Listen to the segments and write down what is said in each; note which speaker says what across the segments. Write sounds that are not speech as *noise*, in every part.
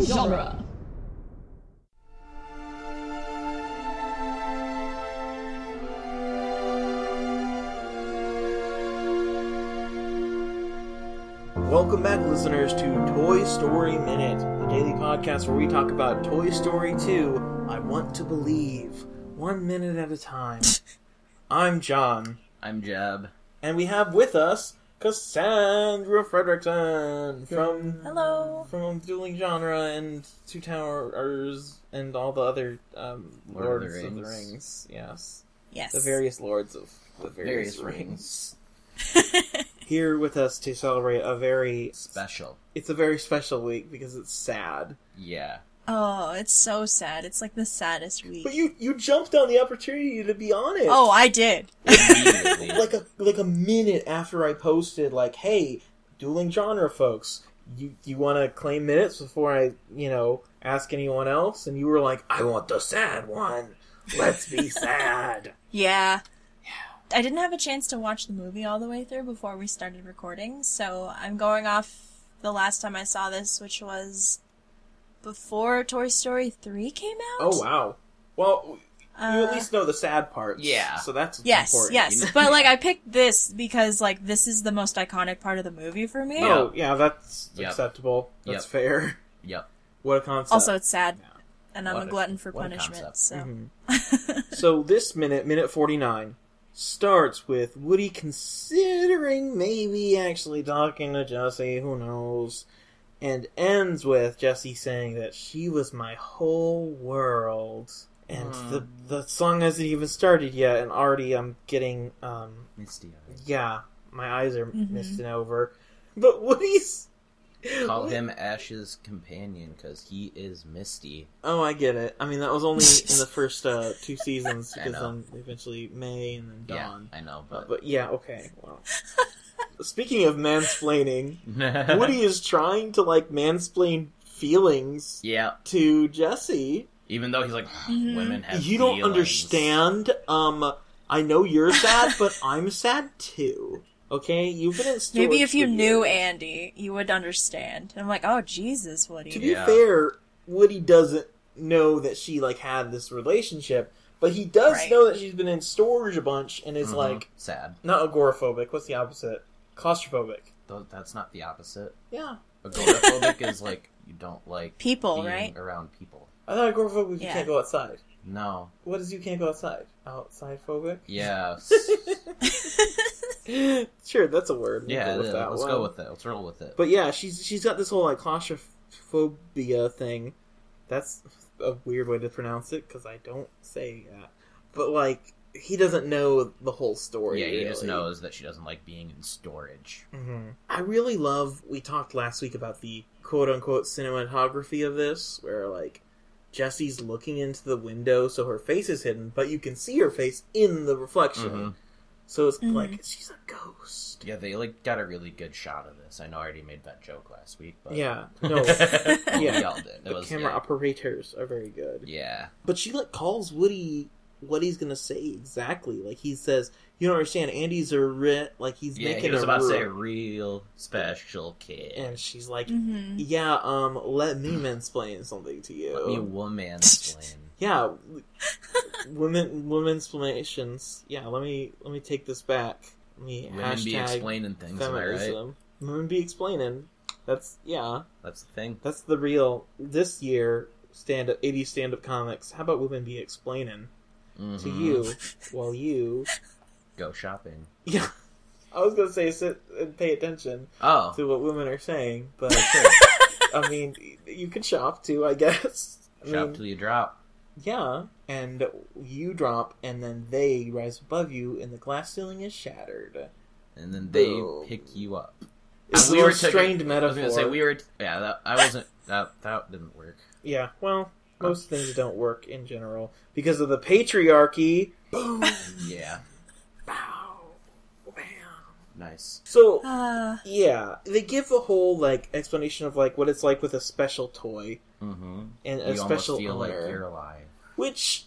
Speaker 1: genre.
Speaker 2: Welcome back, listeners, to Toy Story Minute, the daily podcast where we talk about Toy Story 2, I Want to Believe, one minute at a time.
Speaker 3: *laughs*
Speaker 2: I'm John,
Speaker 3: I'm Jeb.
Speaker 2: and we have with us Cassandra Fredrickson from
Speaker 1: Hello.
Speaker 2: from Dueling Genre and Two Towers and all the other um,
Speaker 3: Lord
Speaker 2: Lords
Speaker 3: of the
Speaker 2: of the
Speaker 3: Rings.
Speaker 2: Rings. Yes,
Speaker 1: Yes.
Speaker 2: the various Lords of the various,
Speaker 3: Various
Speaker 2: rings.
Speaker 3: rings.
Speaker 2: Here with us to celebrate a very
Speaker 3: Special.
Speaker 2: it's a very special week because it's sad. *laughs*
Speaker 3: Yeah.
Speaker 1: oh, it's so sad. It's like the saddest week.
Speaker 2: But you you jumped on the opportunity to be on it.
Speaker 1: oh, I did.
Speaker 3: Immediately.
Speaker 2: like a like a minute after I posted, like, hey, dueling genre folks, you you want to claim minutes before I you know ask anyone else, and you were like, I want the sad one. Let's
Speaker 1: *laughs*
Speaker 2: be sad.
Speaker 1: Yeah. I didn't have a chance to watch the movie all the way through before we started recording, so I'm going off the last time I saw this, which was before Toy Story 3 came out.
Speaker 2: Oh wow. Well, you at
Speaker 1: Uh,
Speaker 2: least know the sad parts.
Speaker 3: Yeah.
Speaker 2: So that's
Speaker 1: Yes,
Speaker 2: important.
Speaker 1: yes.
Speaker 2: *laughs*
Speaker 1: But like I picked this because like this is the most iconic part of the movie for me.
Speaker 2: Oh yeah, that's
Speaker 3: Yep.
Speaker 2: acceptable. That's
Speaker 3: Yep.
Speaker 2: fair. *laughs*
Speaker 3: yep.
Speaker 2: What a concept.
Speaker 1: also it's sad.
Speaker 2: uh, Yeah.
Speaker 1: And I'm
Speaker 3: What
Speaker 1: a
Speaker 3: a-
Speaker 1: glutton for
Speaker 3: what a
Speaker 1: punishment.
Speaker 3: concept.
Speaker 1: So
Speaker 2: Mhm.
Speaker 1: *laughs*
Speaker 2: so this minute, minute 49, starts with Woody considering maybe actually talking to Jesse, who knows, and ends with Jesse saying that she was my whole world. And
Speaker 3: Hmm.
Speaker 2: the the song hasn't even started yet, and already I'm getting um
Speaker 3: Misty eyes.
Speaker 2: yeah, my eyes are
Speaker 1: Mhm.
Speaker 2: misting over. But Woody's
Speaker 3: Call him Ash's companion because he is Misty.
Speaker 2: Oh, I get it. I mean, that was only in
Speaker 3: *laughs*
Speaker 2: the first uh, two seasons
Speaker 3: I
Speaker 2: because
Speaker 3: know.
Speaker 2: then eventually May and then
Speaker 3: Yeah,
Speaker 2: Dawn.
Speaker 3: I know,
Speaker 2: Uh,
Speaker 3: but.
Speaker 2: But yeah, okay. Well, *laughs* speaking of *laughs* mansplaining,
Speaker 3: Woody. *laughs*
Speaker 2: Woody is trying to like mansplain feelings
Speaker 3: Yeah.
Speaker 2: to Jesse.
Speaker 3: Even though he's like, "Ah,
Speaker 1: Mm-hmm.
Speaker 3: women have
Speaker 2: you don't
Speaker 3: feelings."
Speaker 2: understand. Um, I know you're sad, *laughs* but I'm sad too. Okay, you've been in storage
Speaker 1: maybe if you
Speaker 2: for
Speaker 1: knew
Speaker 2: years.
Speaker 1: Andy, you would understand. And I'm like, oh Jesus,
Speaker 2: To
Speaker 1: Woody.
Speaker 2: be
Speaker 3: Yeah.
Speaker 2: fair, Woody doesn't know that she like had this relationship, but he does
Speaker 1: Right.
Speaker 2: know that she's been in storage a bunch and is
Speaker 3: Mhm.
Speaker 2: like
Speaker 3: Sad.
Speaker 2: not agoraphobic. What's the opposite? Claustrophobic.
Speaker 3: Though that's not the opposite.
Speaker 2: Yeah.
Speaker 3: Agoraphobic is like, you don't like
Speaker 1: People,
Speaker 3: being
Speaker 2: *laughs*
Speaker 1: right?
Speaker 3: around people.
Speaker 2: I thought agoraphobic was
Speaker 1: Yeah.
Speaker 2: you can't go outside.
Speaker 3: No.
Speaker 2: What is you can't go outside? Outside phobic?
Speaker 3: Yeah. s-
Speaker 2: *laughs* sure, that's a word. We'll
Speaker 3: yeah,
Speaker 2: go
Speaker 3: it
Speaker 2: with
Speaker 3: is.
Speaker 2: that
Speaker 3: let's
Speaker 2: one.
Speaker 3: go with it. Let's roll with it.
Speaker 2: But yeah, she's she's got this whole like claustrophobia thing. That's a weird way to pronounce it because I don't say that. But like, he doesn't know the whole story.
Speaker 3: yeah, he just
Speaker 2: really.
Speaker 3: knows that she doesn't like being in storage.
Speaker 2: Mhm. I really love. We talked last week about the quote unquote cinematography of this, where like Jessie's looking into the window, so her face is hidden, but you can see her face in the reflection.
Speaker 3: Mhm.
Speaker 2: So it's
Speaker 1: Mhm.
Speaker 2: like she's a ghost.
Speaker 3: Yeah, they like got a really good shot of this. I know I already made that joke last week, but *laughs*
Speaker 2: Yeah, no,
Speaker 3: Well,
Speaker 2: Yeah.
Speaker 3: we all did. It
Speaker 2: the
Speaker 3: was
Speaker 2: camera
Speaker 3: yeah.
Speaker 2: operators are very good.
Speaker 3: yeah,
Speaker 2: But she like calls Woody what he's gonna say exactly. Like he says, "You don't understand. Andy's a writ. Like he's
Speaker 3: yeah.
Speaker 2: making
Speaker 3: He was
Speaker 2: a
Speaker 3: about to say
Speaker 2: rule."
Speaker 3: real special kid.
Speaker 2: and she's like,
Speaker 1: hmm
Speaker 2: "Yeah, um, let me mansplain something to you.
Speaker 3: Let
Speaker 2: *laughs*
Speaker 3: me woman explain.
Speaker 2: yeah, w- women women's explanations. Yeah, let me let me take this back. Let me
Speaker 3: Women be
Speaker 2: hashtag
Speaker 3: explaining things, am I right?
Speaker 2: feminism. Women be explaining. That's yeah.
Speaker 3: That's the thing.
Speaker 2: That's the real this year stand up eighty stand up comics. How about women be explaining to
Speaker 3: Mhm.
Speaker 2: you while you *laughs*
Speaker 3: go shopping.
Speaker 2: yeah. I was gonna say sit and pay attention
Speaker 3: Oh,
Speaker 2: to what women are saying, but *laughs*
Speaker 3: *laughs*
Speaker 2: I mean, you can shop too, I guess. I
Speaker 3: shop
Speaker 2: mean,
Speaker 3: till you drop.
Speaker 2: Yeah, and you drop, and then they rise above you, and the glass ceiling is shattered.
Speaker 3: And then they
Speaker 2: Boom.
Speaker 3: pick you up.
Speaker 2: It's
Speaker 3: we
Speaker 2: a
Speaker 3: were taking-
Speaker 2: restrained
Speaker 3: I
Speaker 2: metaphor.
Speaker 3: was gonna say we were. yeah, that, I wasn't. that that didn't work.
Speaker 2: Yeah, well,
Speaker 3: Uh.
Speaker 2: most things don't work in general because of the patriarchy. Boom,
Speaker 3: Yeah,
Speaker 2: bow, bam.
Speaker 3: nice.
Speaker 2: So
Speaker 1: Uh,
Speaker 2: yeah, they give a whole like explanation of like what it's like with a special toy
Speaker 3: Mm-hmm.
Speaker 2: and
Speaker 3: You
Speaker 2: a
Speaker 3: almost
Speaker 2: special
Speaker 3: feel like
Speaker 2: owner.
Speaker 3: you're alive.
Speaker 2: Which,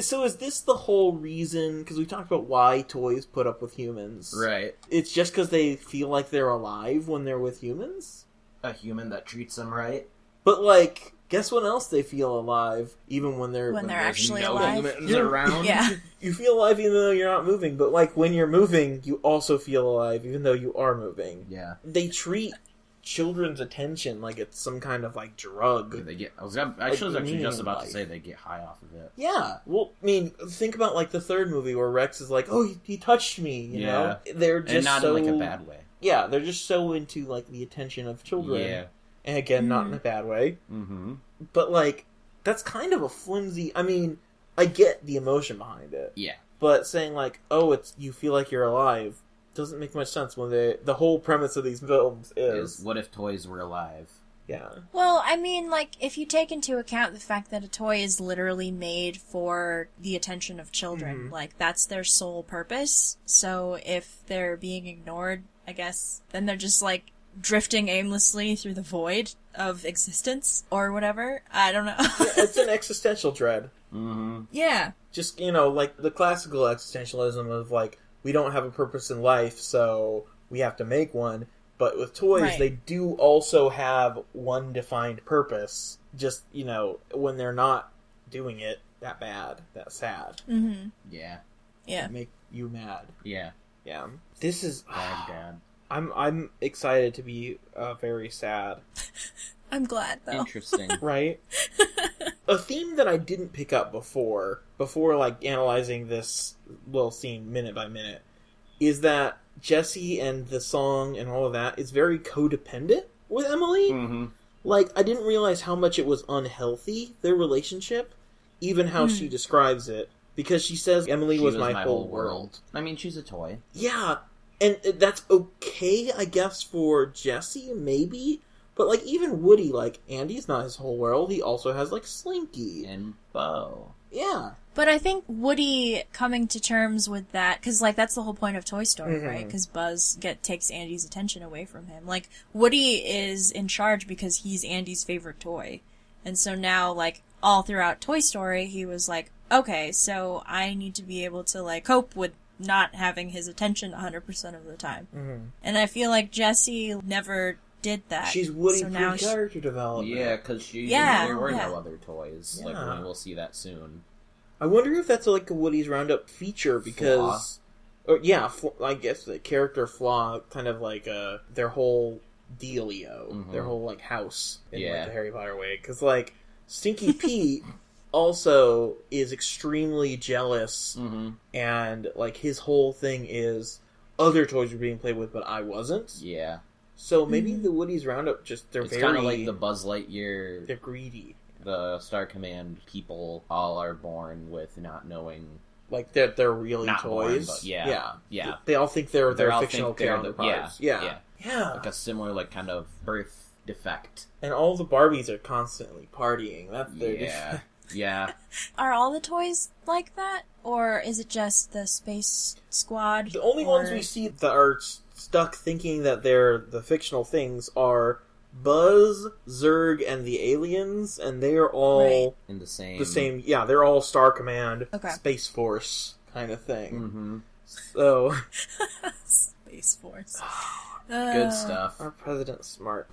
Speaker 2: so is this the whole reason? Because we talked about why toys put up with humans,
Speaker 3: Right.
Speaker 2: it's just because they feel like they're alive when they're with humans.
Speaker 3: A human that treats them right.
Speaker 2: But like, Guess what else they feel alive, even when they're
Speaker 1: When they're
Speaker 2: there's
Speaker 1: actually
Speaker 3: no
Speaker 1: alive.
Speaker 3: humans
Speaker 2: You're-
Speaker 3: around.
Speaker 1: Yeah.
Speaker 2: *laughs* you feel alive even though you're not moving, but like when you're moving, you also feel alive even though you are moving.
Speaker 3: Yeah.
Speaker 2: They treat children's attention like it's some kind of like drug.
Speaker 3: They get. I was, I was actually just about
Speaker 2: like-
Speaker 3: to say they get high off of it.
Speaker 2: Yeah. Well, I mean, think about like the third movie where Rex is like, "Oh, he, he touched me," you
Speaker 3: Yeah.
Speaker 2: know? They're
Speaker 3: and
Speaker 2: just
Speaker 3: not
Speaker 2: so
Speaker 3: in like a bad way.
Speaker 2: Yeah, they're just so into like the attention of children.
Speaker 3: Yeah.
Speaker 2: And again, not in a bad way,
Speaker 3: Mm-hmm.
Speaker 2: but like that's kind of a flimsy. I mean, I get the emotion behind it.
Speaker 3: Yeah.
Speaker 2: but saying like, "Oh, it's you feel like you're alive," doesn't make much sense when the the whole premise of these films is,
Speaker 3: Is what if toys were alive?
Speaker 2: yeah,
Speaker 1: Well, I mean, like, if you take into account the fact that a toy is literally made for the attention of children,
Speaker 2: Mhm.
Speaker 1: like, that's their sole purpose. So if they're being ignored, I guess, then they're just, like, drifting aimlessly through the void of existence or whatever. I don't know.
Speaker 3: *laughs*
Speaker 1: *laughs*
Speaker 2: it's an existential dread.
Speaker 3: Mm-hmm.
Speaker 1: yeah.
Speaker 2: Just you know, like the classical existentialism of like we don't have a purpose in life, so we have to make one. But with toys,
Speaker 1: Right.
Speaker 2: they do also have one defined purpose. Just you know, when they're not doing it that bad, that sad,
Speaker 1: Mm-hmm.
Speaker 3: Yeah.
Speaker 1: Yeah.
Speaker 2: make you mad.
Speaker 3: Yeah.
Speaker 2: Yeah, this *sighs* is.
Speaker 1: *sighs*
Speaker 3: Bad dad.
Speaker 2: I'm I'm excited to be uh, very sad
Speaker 1: I'm glad, though. *laughs*
Speaker 3: Interesting.
Speaker 2: right? *laughs* a theme that I didn't pick up before, before like analyzing this little scene minute by minute, is that Jesse and the song and all of that is very codependent with Emily.
Speaker 3: mm-hmm.
Speaker 2: Like I didn't realize how much it was unhealthy their relationship, even how she describes it, because she says Emily
Speaker 3: She
Speaker 2: was, my, whole world.
Speaker 3: I mean, she's a toy.
Speaker 2: Yeah, and that's okay, I guess, for Jesse, maybe. But like, even Woody, like Andy's not his whole world. He also has like Slinky.
Speaker 3: And Bo.
Speaker 2: Yeah,
Speaker 1: But I think Woody coming to terms with that, because like that's the whole point of Toy Story, right?
Speaker 2: Mhm.
Speaker 1: 'Cause right? Because Buzz get takes Andy's attention away from him. Like Woody is in charge because he's Andy's favorite toy, and so now like all throughout Toy Story, he was like, okay, so I need to be able to like cope with not having his attention 100% of the time.
Speaker 2: Mm-hmm.
Speaker 1: And I feel like Jessie never did that.
Speaker 2: she's Woody
Speaker 1: So now
Speaker 2: pre
Speaker 1: she-
Speaker 2: character development.
Speaker 3: Yeah, because she.
Speaker 1: Yeah,
Speaker 3: There were
Speaker 1: yeah.
Speaker 3: no other toys. Like
Speaker 2: Oh, Yeah.
Speaker 3: we will see that soon.
Speaker 2: I wonder if that's like a Woody's Roundup feature because, or yeah, fl- I guess the character flaw, kind of like uh their whole dealio,
Speaker 1: Mm-hmm.
Speaker 3: Mhm.
Speaker 2: their whole like house in
Speaker 3: Yeah.
Speaker 2: like, the Harry Potter way. Because like
Speaker 1: *laughs*
Speaker 2: Stinky Pete also is extremely jealous
Speaker 3: Mm-hmm.
Speaker 2: and like his whole thing is other toys were being played with, but I wasn't.
Speaker 3: Yeah.
Speaker 2: So maybe
Speaker 1: Mhm.
Speaker 2: the Woody's Roundup just they're
Speaker 3: it's kind
Speaker 2: very
Speaker 3: of like the Buzz Lightyear,
Speaker 2: they're greedy,
Speaker 3: the Star Command people all are born with not knowing.
Speaker 2: like they're they're really
Speaker 3: Not born,
Speaker 2: toys.
Speaker 3: but yeah.
Speaker 2: yeah,
Speaker 3: Yeah.
Speaker 2: They all think they're
Speaker 3: They
Speaker 2: they're
Speaker 3: all
Speaker 2: fictional
Speaker 3: think they're the-
Speaker 2: counterparts.
Speaker 3: yeah,
Speaker 2: yeah.
Speaker 3: yeah. Like a similar, like, kind of birth defect.
Speaker 2: and all the Barbies are constantly partying. That's their
Speaker 3: Yeah. Yeah.
Speaker 1: Are all the toys like that, or is it just the Space Squad?
Speaker 2: *laughs* The only ones
Speaker 1: or-
Speaker 2: we see that are s- stuck thinking that they're the fictional things are Buzz, Zurg, and the aliens, and they are all.
Speaker 1: Right.
Speaker 3: In the same.
Speaker 2: the same yeah they're all star command
Speaker 1: Okay.
Speaker 2: space force kind of thing
Speaker 3: Mm-hmm.
Speaker 2: so *laughs*
Speaker 1: Space
Speaker 2: *sighs*
Speaker 1: Force.
Speaker 3: Good
Speaker 1: Uh,
Speaker 3: stuff.
Speaker 2: our president's
Speaker 1: *laughs*
Speaker 2: smart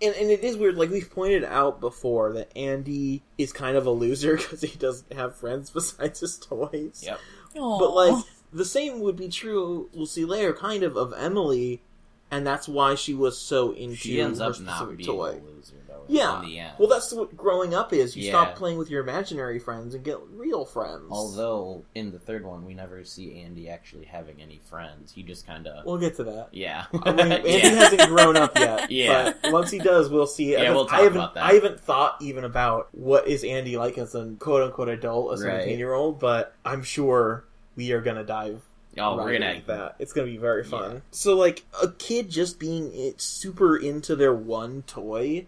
Speaker 2: and, and it is weird like we've pointed out before that andy is kind of a loser *laughs* because he doesn't have friends *laughs* besides his toys
Speaker 3: Yep.
Speaker 1: Aw.
Speaker 2: but like the same would be true we'll see later kind of of emily and that's why she was so into
Speaker 3: She ends
Speaker 2: her
Speaker 3: up
Speaker 2: specific
Speaker 3: not being
Speaker 2: toy
Speaker 3: a loser, though.
Speaker 2: yeah
Speaker 3: In the end.
Speaker 2: well that's what growing up is you
Speaker 3: Yeah.
Speaker 2: stop playing with your imaginary friends and get real friends
Speaker 3: Although in the third one, we never see Andy actually having any friends. He just kind of
Speaker 2: we'll get to that
Speaker 3: *laughs* yeah,
Speaker 2: I mean, Andy
Speaker 3: yeah.
Speaker 2: hasn't grown up yet.
Speaker 3: *laughs* Yeah.
Speaker 2: But once he does, we'll see. I,
Speaker 3: Yeah, we'll talk
Speaker 2: I haven't,
Speaker 3: about that.
Speaker 2: I haven't thought even about what is Andy like as a quote unquote adult, a
Speaker 3: Right.
Speaker 2: 17 year old, but I'm sure we are going to dive
Speaker 3: Oh,
Speaker 2: right
Speaker 3: we're gonna
Speaker 2: into that. It's going to be very fun.
Speaker 3: Yeah.
Speaker 2: So, like, a kid just being it, super into their one toy,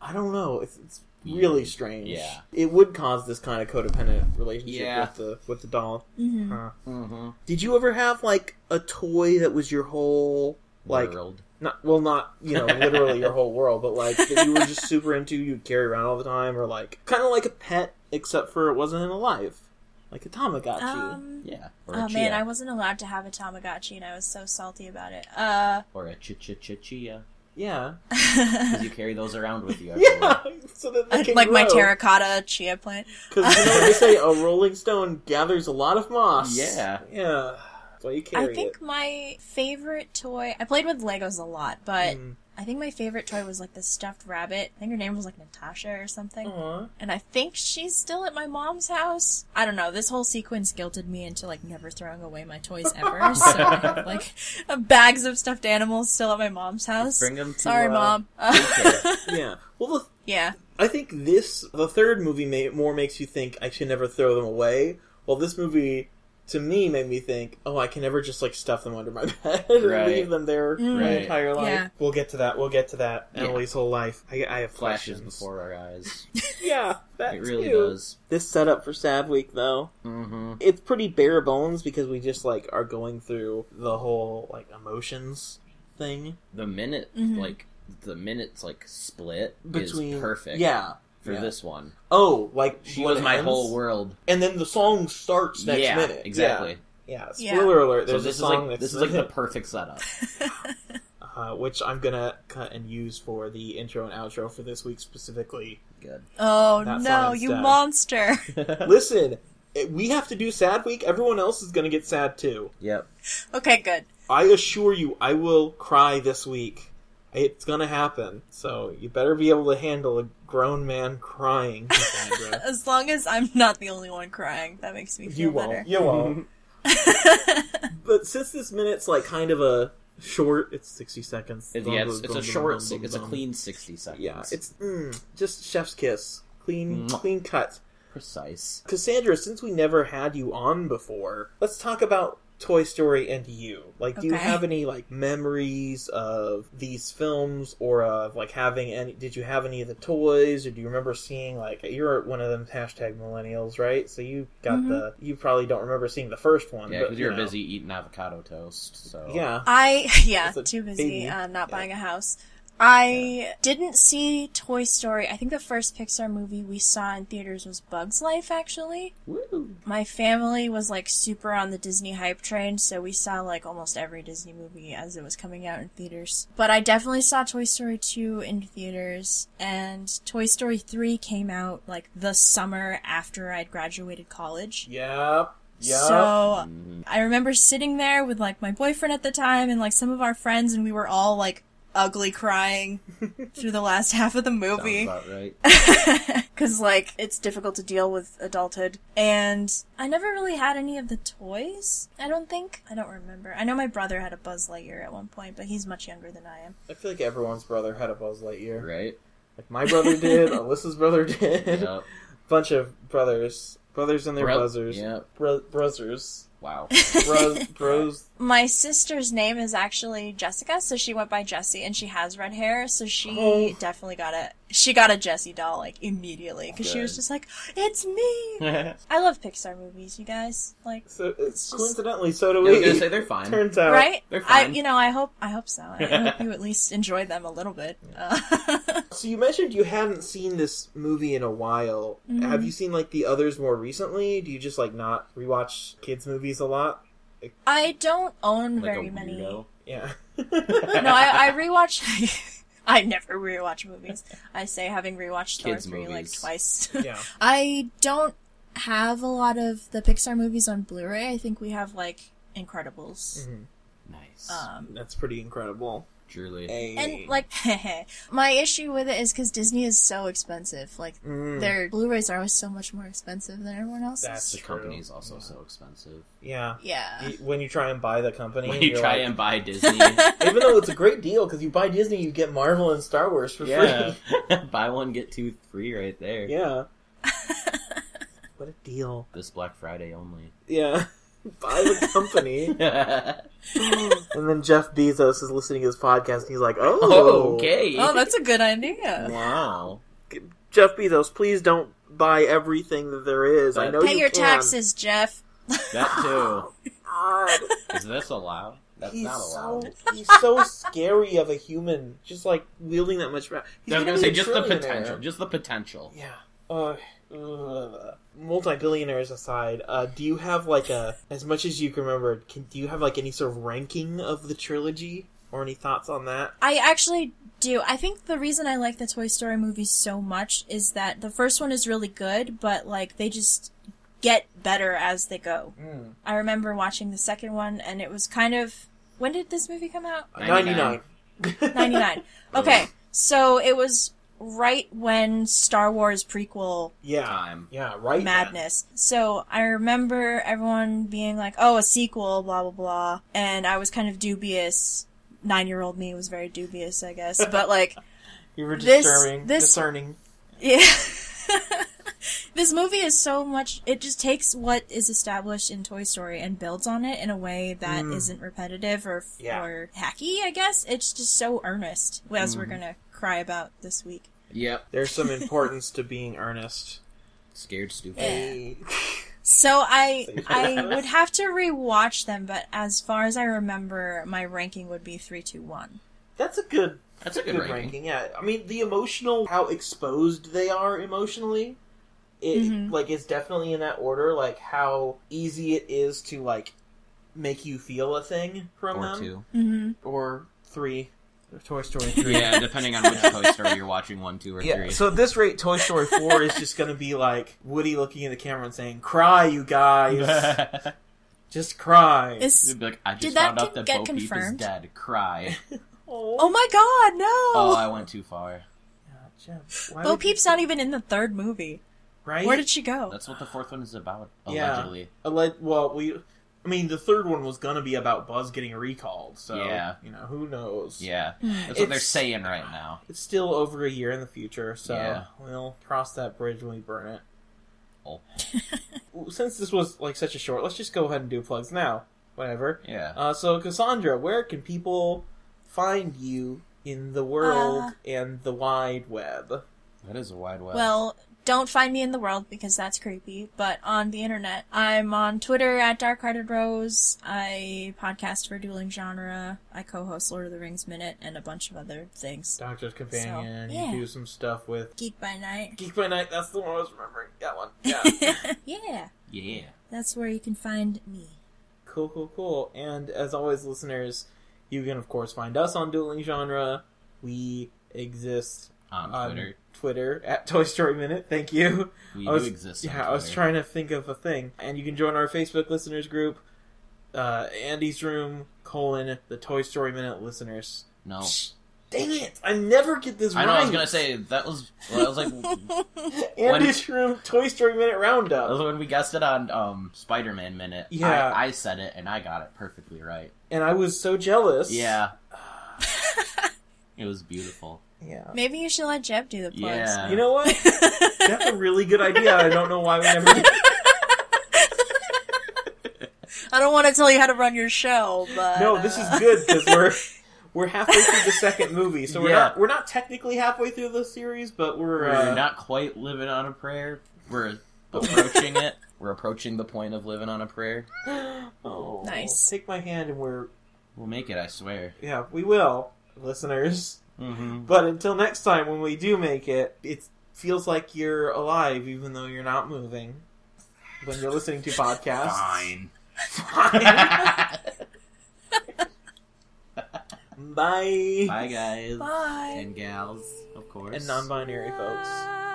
Speaker 2: I don't know. It's, it's really
Speaker 3: Yeah.
Speaker 2: strange.
Speaker 3: Yeah.
Speaker 2: It would cause this kind of codependent relationship
Speaker 3: Yeah.
Speaker 2: with, the, with the doll.
Speaker 1: Mhm.
Speaker 2: Huh.
Speaker 3: hmm
Speaker 2: Did you ever have, like, a toy that was your whole. Like
Speaker 3: world.
Speaker 2: not well not you know literally your whole world but like that you were just super into you'd carry around all the time or like kind of like a pet except for it wasn't alive like a tamagotchi
Speaker 1: Um,
Speaker 3: yeah. Or
Speaker 1: oh
Speaker 3: a
Speaker 1: man,
Speaker 3: chia.
Speaker 1: I wasn't allowed to have a Tamagotchi, and I was so salty about it. Uh, *laughs*
Speaker 3: or a chia chia chia chia.
Speaker 2: Yeah. *laughs*
Speaker 3: 'Cause you carry those around with you.
Speaker 2: Yeah.
Speaker 3: everywhere.
Speaker 2: So that they can
Speaker 1: uh, like my
Speaker 2: grow.
Speaker 1: terracotta chia plant.
Speaker 2: Because you know they say
Speaker 1: *laughs*
Speaker 2: a rolling stone gathers a lot of moss.
Speaker 3: Yeah.
Speaker 2: Yeah. That's why you carry
Speaker 1: I think
Speaker 2: it.
Speaker 1: my favorite toy. I played with Legos a lot, but
Speaker 2: Mm.
Speaker 1: I think my favorite toy was like this stuffed rabbit. I think her name was like Natasha or something.
Speaker 2: Aw.
Speaker 1: And I think she's still at my mom's house. I don't know. This whole sequence guilted me into like never throwing away my toys
Speaker 2: *laughs*
Speaker 1: ever. so I have like uh, bags of stuffed animals still at my mom's house.
Speaker 3: Bring 'em to,
Speaker 1: Sorry,
Speaker 3: uh,
Speaker 2: *laughs*
Speaker 1: mom.
Speaker 3: daycare.
Speaker 2: Yeah. Well, the,
Speaker 1: *laughs* yeah.
Speaker 2: I think this the third movie ma- more makes you think I should never throw them away. Well, this movie to me made me think, oh, I can never just like stuff them under my *laughs* bed and
Speaker 3: Right.
Speaker 2: leave them there my
Speaker 3: Right.
Speaker 2: entire life.
Speaker 1: Yeah.
Speaker 2: We'll get to that. We'll get to that.
Speaker 3: Yeah.
Speaker 2: Emily's whole life. I, I have
Speaker 3: Flashes
Speaker 2: questions.
Speaker 3: before our
Speaker 1: *laughs*
Speaker 3: eyes.
Speaker 2: Yeah, that
Speaker 3: It really
Speaker 2: too.
Speaker 3: does.
Speaker 2: This setup for Sad Week though,
Speaker 3: Mm-hmm.
Speaker 2: it's pretty bare bones because we just like are going through the whole like emotions thing
Speaker 3: The minute,
Speaker 1: Mhm.
Speaker 3: like the minutes, like split
Speaker 2: between
Speaker 3: is perfect.
Speaker 2: Yeah.
Speaker 3: for
Speaker 2: yeah.
Speaker 3: this one,
Speaker 2: Oh, like
Speaker 3: she
Speaker 2: when
Speaker 3: was
Speaker 2: it
Speaker 3: my
Speaker 2: ends?
Speaker 3: whole world.
Speaker 2: and then the song starts next
Speaker 3: yeah,
Speaker 2: minute.
Speaker 3: exactly.
Speaker 2: Yeah. yeah.
Speaker 1: Yeah.
Speaker 2: Spoiler alert.
Speaker 3: So
Speaker 2: There's a
Speaker 3: this is
Speaker 2: song
Speaker 3: like
Speaker 2: next
Speaker 3: this is like the
Speaker 2: minute,
Speaker 3: perfect setup.
Speaker 2: *laughs* uh, which I'm gonna cut and use for the intro and outro for this week specifically.
Speaker 3: Good.
Speaker 1: Oh
Speaker 2: That
Speaker 1: no,
Speaker 2: song's
Speaker 1: you
Speaker 2: dead.
Speaker 1: monster. *laughs*
Speaker 2: Listen, it- we have to do sad week. Everyone else is gonna get sad too.
Speaker 3: Yep.
Speaker 1: okay, good.
Speaker 2: I assure you, I will cry this week. It's gonna happen. So you better be able to handle a grown man
Speaker 3: *laughs*
Speaker 2: crying. Cassandra.
Speaker 1: As long as I'm not the only one crying, that makes me feel
Speaker 2: you won't.
Speaker 1: better.
Speaker 2: You
Speaker 3: *laughs*
Speaker 2: won't.
Speaker 1: *laughs*
Speaker 2: but since this minute's like kind of a short, it's sixty seconds.
Speaker 3: It-
Speaker 2: Boom,
Speaker 3: yeah,
Speaker 2: boom,
Speaker 3: it's, it's
Speaker 2: boom,
Speaker 3: a
Speaker 2: boom,
Speaker 3: short.
Speaker 2: boom,
Speaker 3: si-
Speaker 2: boom,
Speaker 3: It's a
Speaker 2: boom.
Speaker 3: clean sixty seconds.
Speaker 2: Yeah, it's mm, just chef's kiss, clean,
Speaker 3: Mwah.
Speaker 2: clean cut.
Speaker 3: precise.
Speaker 2: Cassandra, since we never had you on before, let's talk about Toy Story and you. Like, do you
Speaker 1: Okay.
Speaker 2: have any like memories of these films, or of like having any? Did you have any of the toys, or do you remember seeing like you're one of them hashtag millennials, right? So you got
Speaker 1: Mhm.
Speaker 2: the you probably don't remember seeing the first one,
Speaker 3: Yeah,
Speaker 2: but,
Speaker 3: because you're
Speaker 2: you know.
Speaker 3: busy eating avocado toast. So
Speaker 2: Yeah,
Speaker 1: I *laughs* yeah,
Speaker 2: As a
Speaker 1: too busy
Speaker 2: baby.
Speaker 1: uh, not
Speaker 2: Yeah.
Speaker 1: buying a house. I didn't see Toy Story. I think the first Pixar movie we saw in theaters was Bugs Life. Actually,
Speaker 3: Woo.
Speaker 1: my family was like super on the Disney hype train, so we saw like almost every Disney movie as it was coming out in theaters. But I definitely saw Toy Story two in theaters, and Toy Story three came out like the summer after I'd graduated college.
Speaker 2: yep, yep.
Speaker 1: So I remember sitting there with like my boyfriend at the time and like some of our friends, and we were all like ugly crying through the last half of the
Speaker 3: Sounds
Speaker 1: movie *laughs*
Speaker 2: *laughs*
Speaker 3: about right.
Speaker 1: because like it's difficult to deal with adulthood. And I never really had any of the toys. I don't think. I don't remember. I know my brother had a Buzz Lightyear at one point, but he's much younger than I am.
Speaker 2: I feel like everyone's brother had a Buzz Lightyear.
Speaker 3: Right.
Speaker 2: Like my brother did, *laughs* Alyssa's brother did.
Speaker 3: Yep.
Speaker 2: bunch of brothers, brothers and their
Speaker 3: Bro-
Speaker 2: buzzers,
Speaker 3: Yep.
Speaker 2: Bro-
Speaker 1: *laughs*
Speaker 2: brothers, *laughs*
Speaker 3: Wow.
Speaker 2: bros, bros.
Speaker 1: My sister's name is actually Jessica, so she went by Jessie, and she has red hair, so she
Speaker 2: Oh.
Speaker 1: definitely got a she got a Jessie doll like immediately because she was
Speaker 3: Good.
Speaker 1: just like, "It's me."
Speaker 3: I
Speaker 1: I love Pixar movies, you guys. Like,
Speaker 2: So it's
Speaker 1: just-
Speaker 2: coincidentally, so do
Speaker 3: was
Speaker 2: we.
Speaker 3: gonna say they're fine.
Speaker 2: Turns out,
Speaker 1: right?
Speaker 3: Oh, they're
Speaker 1: I,
Speaker 3: fine.
Speaker 1: you know, I hope I hope so.
Speaker 3: *laughs*
Speaker 1: I hope you at least enjoy them a little bit. Uh, *laughs*
Speaker 2: So you mentioned you hadn't seen this movie in a while.
Speaker 1: Mm-hmm.
Speaker 2: Have you seen like the others more recently? Do you just like not rewatch kids movies a lot?
Speaker 1: I don't own
Speaker 3: Like a
Speaker 1: very many.
Speaker 3: weirdo.
Speaker 1: *laughs* No,
Speaker 2: Yeah.
Speaker 1: I, I rewatch. *laughs* I never rewatch movies. I say having rewatched Thor
Speaker 3: Kids'
Speaker 1: three like
Speaker 3: movies.
Speaker 1: twice.
Speaker 2: *laughs*
Speaker 1: *laughs*
Speaker 2: yeah.
Speaker 1: I don't have a lot of the Pixar movies on Blu-ray. I think we have like Incredibles.
Speaker 3: Nice.
Speaker 1: Um,
Speaker 2: That's pretty incredible.
Speaker 3: Truly.
Speaker 2: Hey.
Speaker 1: and like *laughs* my issue with it is because Disney is so expensive. Like
Speaker 2: Mm.
Speaker 1: their Blu-rays are always so much more expensive than everyone else's.
Speaker 2: That's-
Speaker 3: the
Speaker 2: True.
Speaker 3: company is also
Speaker 2: Yeah.
Speaker 3: so expensive.
Speaker 2: yeah.
Speaker 1: yeah.
Speaker 2: You- When you try and buy the company,
Speaker 3: When you
Speaker 2: you're
Speaker 3: try
Speaker 2: like- *laughs*
Speaker 3: and buy Disney,
Speaker 2: even though it's a great deal because you buy Disney, you get Marvel and Star Wars for
Speaker 3: yeah,
Speaker 2: free.
Speaker 3: *laughs* buy one get two free right there.
Speaker 2: Yeah. what a deal.
Speaker 3: This Black Friday only.
Speaker 2: Yeah. Buy the company.
Speaker 3: oh,
Speaker 2: and then Jeff Bezos is listening to this podcast and he's like, *laughs* oh,
Speaker 3: okay.
Speaker 1: Oh, that's a good idea.
Speaker 3: wow.
Speaker 2: Jeff Bezos, please don't buy everything that there is. I know
Speaker 1: Pay
Speaker 2: you
Speaker 1: your
Speaker 2: can.
Speaker 1: taxes, Jeff.
Speaker 3: That too.
Speaker 2: God,
Speaker 3: Is this allowed? That's
Speaker 2: he's
Speaker 3: not
Speaker 2: so
Speaker 3: allowed.
Speaker 2: he's so scary of a human. Just like wielding that much power. He's
Speaker 3: I was
Speaker 2: gonna
Speaker 3: gonna
Speaker 2: be
Speaker 3: say
Speaker 2: a
Speaker 3: just the
Speaker 2: trillionaire.
Speaker 3: potential. Just the potential.
Speaker 2: Yeah. Uh, uh, multi-billionaires aside, uh, do you have like a as much as you can remember? Can, do you have like any sort of ranking of the trilogy? or any thoughts on that?
Speaker 1: I actually do. I think the reason I like the Toy Story movies so much is that the first one is really good, but like they just get better as they go.
Speaker 2: Mm.
Speaker 1: I remember watching the second one and it was kind of when did this movie come out?
Speaker 2: 99.
Speaker 3: 99.
Speaker 1: 99. Okay. So it was right when Star Wars prequel
Speaker 2: *laughs* yeah.
Speaker 3: Time.
Speaker 2: Yeah, right. then.
Speaker 1: madness. So I remember everyone being like, "Oh, a sequel, blah blah blah," and I was kind of dubious. Nine-year-old me was very dubious, I guess, but like,
Speaker 2: You were
Speaker 1: This-
Speaker 2: disturbing,
Speaker 1: this-
Speaker 2: discerning.
Speaker 1: yeah. *laughs* This movie is so much. It just takes what is established in Toy Story and builds on it in a way that
Speaker 2: Mm.
Speaker 1: not repetitive or,
Speaker 2: Yeah.
Speaker 1: or hacky, I guess. It's just so earnest, as
Speaker 2: Mm-hmm.
Speaker 1: we're gonna cry about this week.
Speaker 3: Yep.
Speaker 2: There's some importance to being earnest. *laughs*
Speaker 3: Scared stupid.
Speaker 1: Yeah.
Speaker 2: Hey.
Speaker 1: So
Speaker 2: *laughs*
Speaker 1: I
Speaker 2: So you-
Speaker 1: I would have to rewatch them, but as far as I remember, my ranking would be three, two, one.
Speaker 2: That's a good
Speaker 3: That's a good
Speaker 2: good
Speaker 3: ranking.
Speaker 2: ranking. Yeah, I mean the emotional, how exposed they are emotionally, it
Speaker 1: Mhm.
Speaker 2: like it's definitely in that order. Like how easy it is to like make you feel a thing from
Speaker 3: Or
Speaker 2: them,
Speaker 3: two.
Speaker 1: Mm-hmm.
Speaker 2: or three, or Toy
Speaker 3: *laughs*
Speaker 2: Story three. *laughs*
Speaker 3: yeah, depending on which Toy Story you're watching, one, two, or
Speaker 2: Yeah,
Speaker 3: three. *laughs*
Speaker 2: so at this rate, Toy Story 4 is just going to be like Woody looking at the camera and saying, Cry, you
Speaker 3: *laughs*
Speaker 2: guys! just cry!
Speaker 1: Is
Speaker 3: It'd be like, I just
Speaker 1: Did that
Speaker 3: found out
Speaker 1: con-
Speaker 3: that
Speaker 1: get
Speaker 3: Bo Peep is
Speaker 1: confirmed?
Speaker 3: dead.
Speaker 1: *laughs*
Speaker 3: Cry.
Speaker 1: oh my god,
Speaker 3: Oh,
Speaker 2: Uh,
Speaker 1: no!
Speaker 3: I went too far.
Speaker 2: Yeah, Jim, why
Speaker 1: Bo
Speaker 2: would-
Speaker 1: Peep's not even in the third movie.
Speaker 2: Right?
Speaker 1: Where did she go?
Speaker 3: That's what the fourth one is about,
Speaker 2: Yeah.
Speaker 3: allegedly.
Speaker 2: Alle- well, we. I mean, the third one was gonna be about Buzz getting recalled, so
Speaker 3: Yeah.
Speaker 2: you know who knows.
Speaker 3: Yeah.
Speaker 1: Hmm.
Speaker 3: That's what they're
Speaker 2: It's-
Speaker 3: saying right now.
Speaker 2: it's still over a year in the future, so
Speaker 3: Yeah.
Speaker 2: we'll cross that bridge when we burn it.
Speaker 3: Oh.
Speaker 1: *laughs*
Speaker 2: Since this was like such a short, let's just go ahead and do plugs now. Whatever.
Speaker 3: Yeah.
Speaker 2: Uh, so Cassandra, where can people find you in the world
Speaker 1: Uh.
Speaker 2: and the wide web?
Speaker 3: That is a wide web.
Speaker 1: Well, don't find me in the world because that's creepy, but on the internet. I'm on Twitter at Dark Hearted Rose. I podcast for Dueling Genre. I co host Lord of the Rings Minute and a bunch of other things.
Speaker 2: Doctor's Companion.
Speaker 1: yeah.
Speaker 2: You do some stuff with
Speaker 1: Geek by Night. *laughs*
Speaker 2: Geek by Night. That's the one I was remembering. That one. Yeah.
Speaker 1: yeah,
Speaker 3: yeah.
Speaker 1: that's where you can find me.
Speaker 2: Cool, cool, cool. And as always, listeners, you can of course find us on Dueling Genre. We exist
Speaker 3: On Twitter.
Speaker 2: Twitter at *laughs* Toy Story Minute. Thank you.
Speaker 3: we
Speaker 2: um, I was-
Speaker 3: do exist. on
Speaker 2: yeah, I was
Speaker 3: Twitter.
Speaker 2: trying to think of a thing. And you can join our Facebook listeners group, uh, Andy's Room colon the Toy Story Minute listeners.
Speaker 3: No.
Speaker 2: Dang it! I never get this
Speaker 3: I
Speaker 2: right.
Speaker 3: know, I was
Speaker 2: *laughs*
Speaker 3: gonna say, that was, well, I was like,
Speaker 2: Andy's Room Toy Story Minute
Speaker 3: That
Speaker 2: roundup,
Speaker 3: was when we guessed it on um, Spider Man Minute.
Speaker 2: Yeah.
Speaker 3: I, I said it and I got it perfectly right.
Speaker 2: and I was so jealous.
Speaker 3: Yeah.
Speaker 2: *sighs*
Speaker 3: it was beautiful.
Speaker 2: yeah.
Speaker 1: Maybe you should let Jeb do the plugs.
Speaker 3: Yeah.
Speaker 2: You know what? That's a really good idea. I don't know why we never. did
Speaker 1: *laughs* I don't want to tell you how to run your show, but
Speaker 2: No, this is
Speaker 1: uh, *laughs*
Speaker 2: good because we're we're halfway through the second movie, so we're
Speaker 3: Yeah.
Speaker 2: not we're not technically halfway through the series, but we're, uh,
Speaker 3: We're not quite living on a prayer. We're approaching it. *laughs* We're approaching the point of living on a prayer.
Speaker 2: *gasps* Oh,
Speaker 1: Nice.
Speaker 2: Take my hand, and we're
Speaker 3: We'll make it, I swear.
Speaker 2: yeah, we will, listeners.
Speaker 3: Mm-hmm.
Speaker 2: But until next time, when we do make it, it feels like you're alive, even though you're not moving. When you're listening to podcasts,
Speaker 3: Fine.
Speaker 2: Bye.
Speaker 3: *laughs* Bye, guys.
Speaker 1: Bye.
Speaker 3: And gals, of course.
Speaker 2: And non-binary folks.
Speaker 1: Bye.